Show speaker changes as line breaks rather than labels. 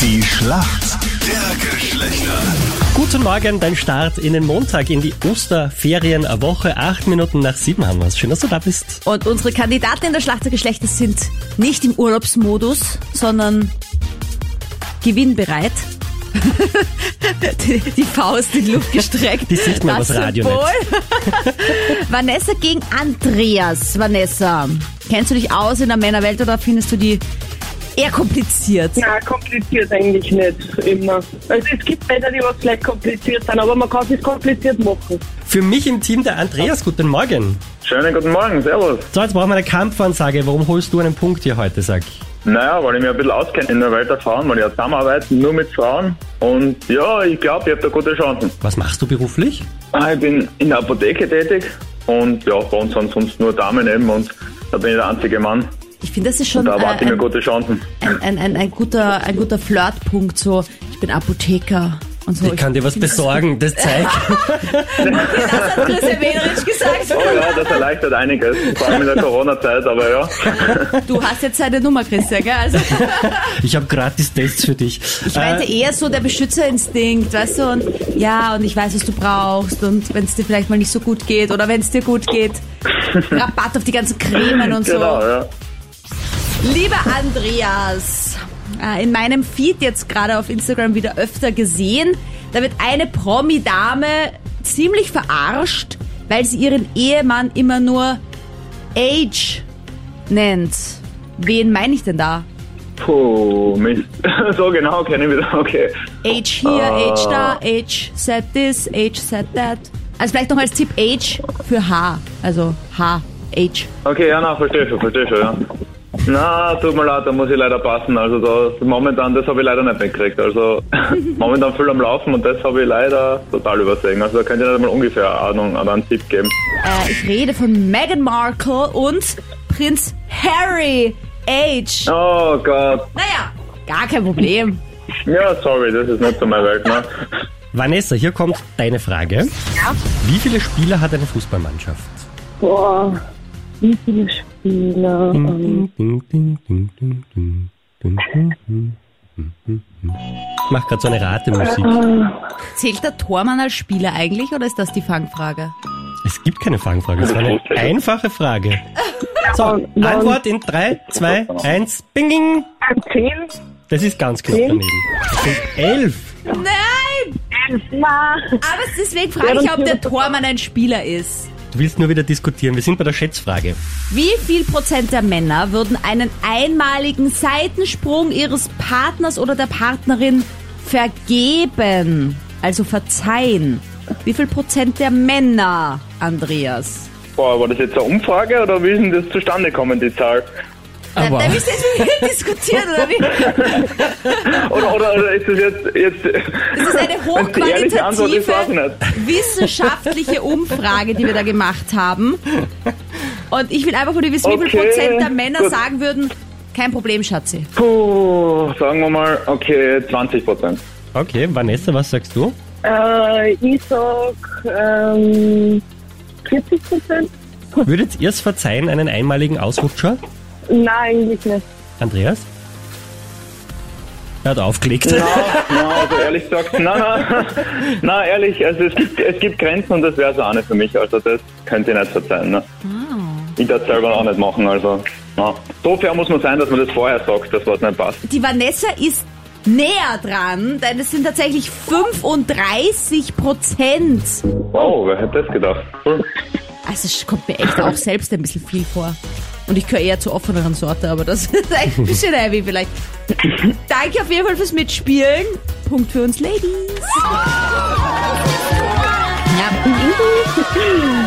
Die Schlacht der Geschlechter.
Guten Morgen, dein Start in den Montag, in die Osterferien, eine Woche, acht Minuten nach sieben haben wir Schön, dass du da bist.
Und unsere Kandidaten in der Schlacht der Geschlechter sind nicht im Urlaubsmodus, sondern gewinnbereit. die, die Faust in die Luft gestreckt.
Die sieht man
das
übers Radio
Symbol. Vanessa gegen Andreas. Vanessa, kennst du dich aus in der Männerwelt oder findest du die eher kompliziert?
Na, kompliziert eigentlich nicht immer. Also es gibt Männer, die was vielleicht kompliziert sind, aber man kann es nicht kompliziert machen.
Für mich im Team der Andreas, guten Morgen.
Schönen guten Morgen, servus.
So, jetzt brauchen wir eine Kampfansage. Warum holst du einen Punkt hier heute, sag?
Naja, weil ich mich ein bisschen auskenne in der Welt der Frauen, weil ich ja zusammenarbeite nur mit Frauen. Und ja, ich glaube, ich habe da gute Chancen.
Was machst du beruflich?
Ah, Ich bin in der Apotheke tätig und ja, bei uns sind sonst nur Damen eben und da bin ich der einzige Mann.
Ich finde, das ist schon
Da
äh,
erwarte ich mir
ein,
gute Chancen.
ein, ein, ein, ein, guter, ein guter Flirtpunkt. So, ich bin Apotheker und so.
Ich kann dir was
finde,
besorgen, das zeigt.
Das das hat Christian Wederitsch gesagt.
Oh ja, das erleichtert einiges, vor allem in der Corona-Zeit, aber ja.
Du hast jetzt seine Nummer, Christian, gell? Also,
Ich habe gratis Tests für dich.
ich meinte
Äh,
eher so der Beschützerinstinkt, weißt du? Und ja, und ich weiß, was du brauchst. Und wenn es dir vielleicht mal nicht so gut geht oder wenn es dir gut geht, Rabatt auf die ganzen Cremen und
Genau,
so.
ja.
Lieber Andreas, äh, in meinem Feed jetzt gerade auf Instagram wieder öfter gesehen, da wird eine Promi-Dame ziemlich verarscht, weil sie ihren Ehemann immer nur Age nennt. Wen meine ich denn da?
Puh, Mist. So genau kenne ich mich da, okay.
Age hier, Age da, Age said this, Age said that. Also vielleicht noch als Tipp Age für H. Also H, Age.
Okay, ja, na, verstehe schon, verstehe schon, ja. Na, tut mir leid, da muss ich leider passen. Also da, momentan, das habe ich leider nicht mitgekriegt. Also momentan viel am Laufen und das habe ich leider total übersehen. Also da könnt ihr nicht mal ungefähr eine Ahnung an einen Tipp geben.
Äh, ich rede von Meghan Markle und Prinz Harry. Age.
Oh Gott.
Naja, gar kein Problem.
Ja, sorry, das ist nicht so meine Welt, ne?
Vanessa, hier kommt deine Frage. Wie viele Spieler hat eine Fußballmannschaft?
Boah, wie viele Spieler. Ähm,
Ding, ding, ding, ding, ding, ding, ding, ding, ding, ding. Ich mach grad so eine Ratemusik.
Zählt der Tormann als Spieler eigentlich oder ist das die Fangfrage?
Es gibt keine Fangfrage, es war eine einfache Frage. So, Antwort in 3, 2, 1, bing, bing.
Zehn?
Das ist ganz knapp daneben. Es sind 11.
Nein!
Na,
Aber deswegen frage ich, ob der Tormann ein Spieler ist.
Du willst nur wieder diskutieren, wir sind bei der Schätzfrage.
Wie viel Prozent der Männer würden einen einmaligen Seitensprung ihres Partners oder der Partnerin vergeben? Also verzeihen. Wie viel Prozent der Männer, Andreas?
Boah, war das jetzt eine Umfrage oder wie ist denn das zustande gekommen, die Zahl?
Da, da müsst ihr jetzt mit mir diskutieren, oder wie?
Oder, oder, oder ist das jetzt... jetzt
Das ist eine
die ehrliche Antwort ist, weiß ich
hochqualitative
nicht.
wissenschaftliche Umfrage, die wir da gemacht haben. Und ich will einfach von dir wissen, wie viel
Okay,
Prozent der Männer
gut.
sagen würden, kein Problem, Schatzi.
Puh, sagen wir mal, okay, 20 Prozent.
Okay, Vanessa, was sagst du?
äh, ich sag ähm, 40 Prozent?
Würdet ihr es verzeihen, einen einmaligen Ausrutscher?
Nein, eigentlich nicht.
Andreas? Er hat aufgelegt.
Na, also ehrlich gesagt, na, na, na, ehrlich, also es gibt, es gibt Grenzen und das wäre so eine für mich. Also das könnt ihr nicht verzeihen. Ne? Ich das selber auch nicht machen. Also na. so fair muss man sein, dass man das vorher sagt, dass was nicht passt.
Die Vanessa ist näher dran, denn es sind tatsächlich 35 Prozent.
Wow, wer hätte das gedacht? Hm. Cool.
Also es kommt mir echt auch selbst ein bisschen viel vor. Und ich gehöre eher zur offeneren Sorte, aber das ist echt ein bisschen heavy vielleicht. Danke auf jeden Fall fürs Mitspielen. Punkt für uns Ladies. Ja,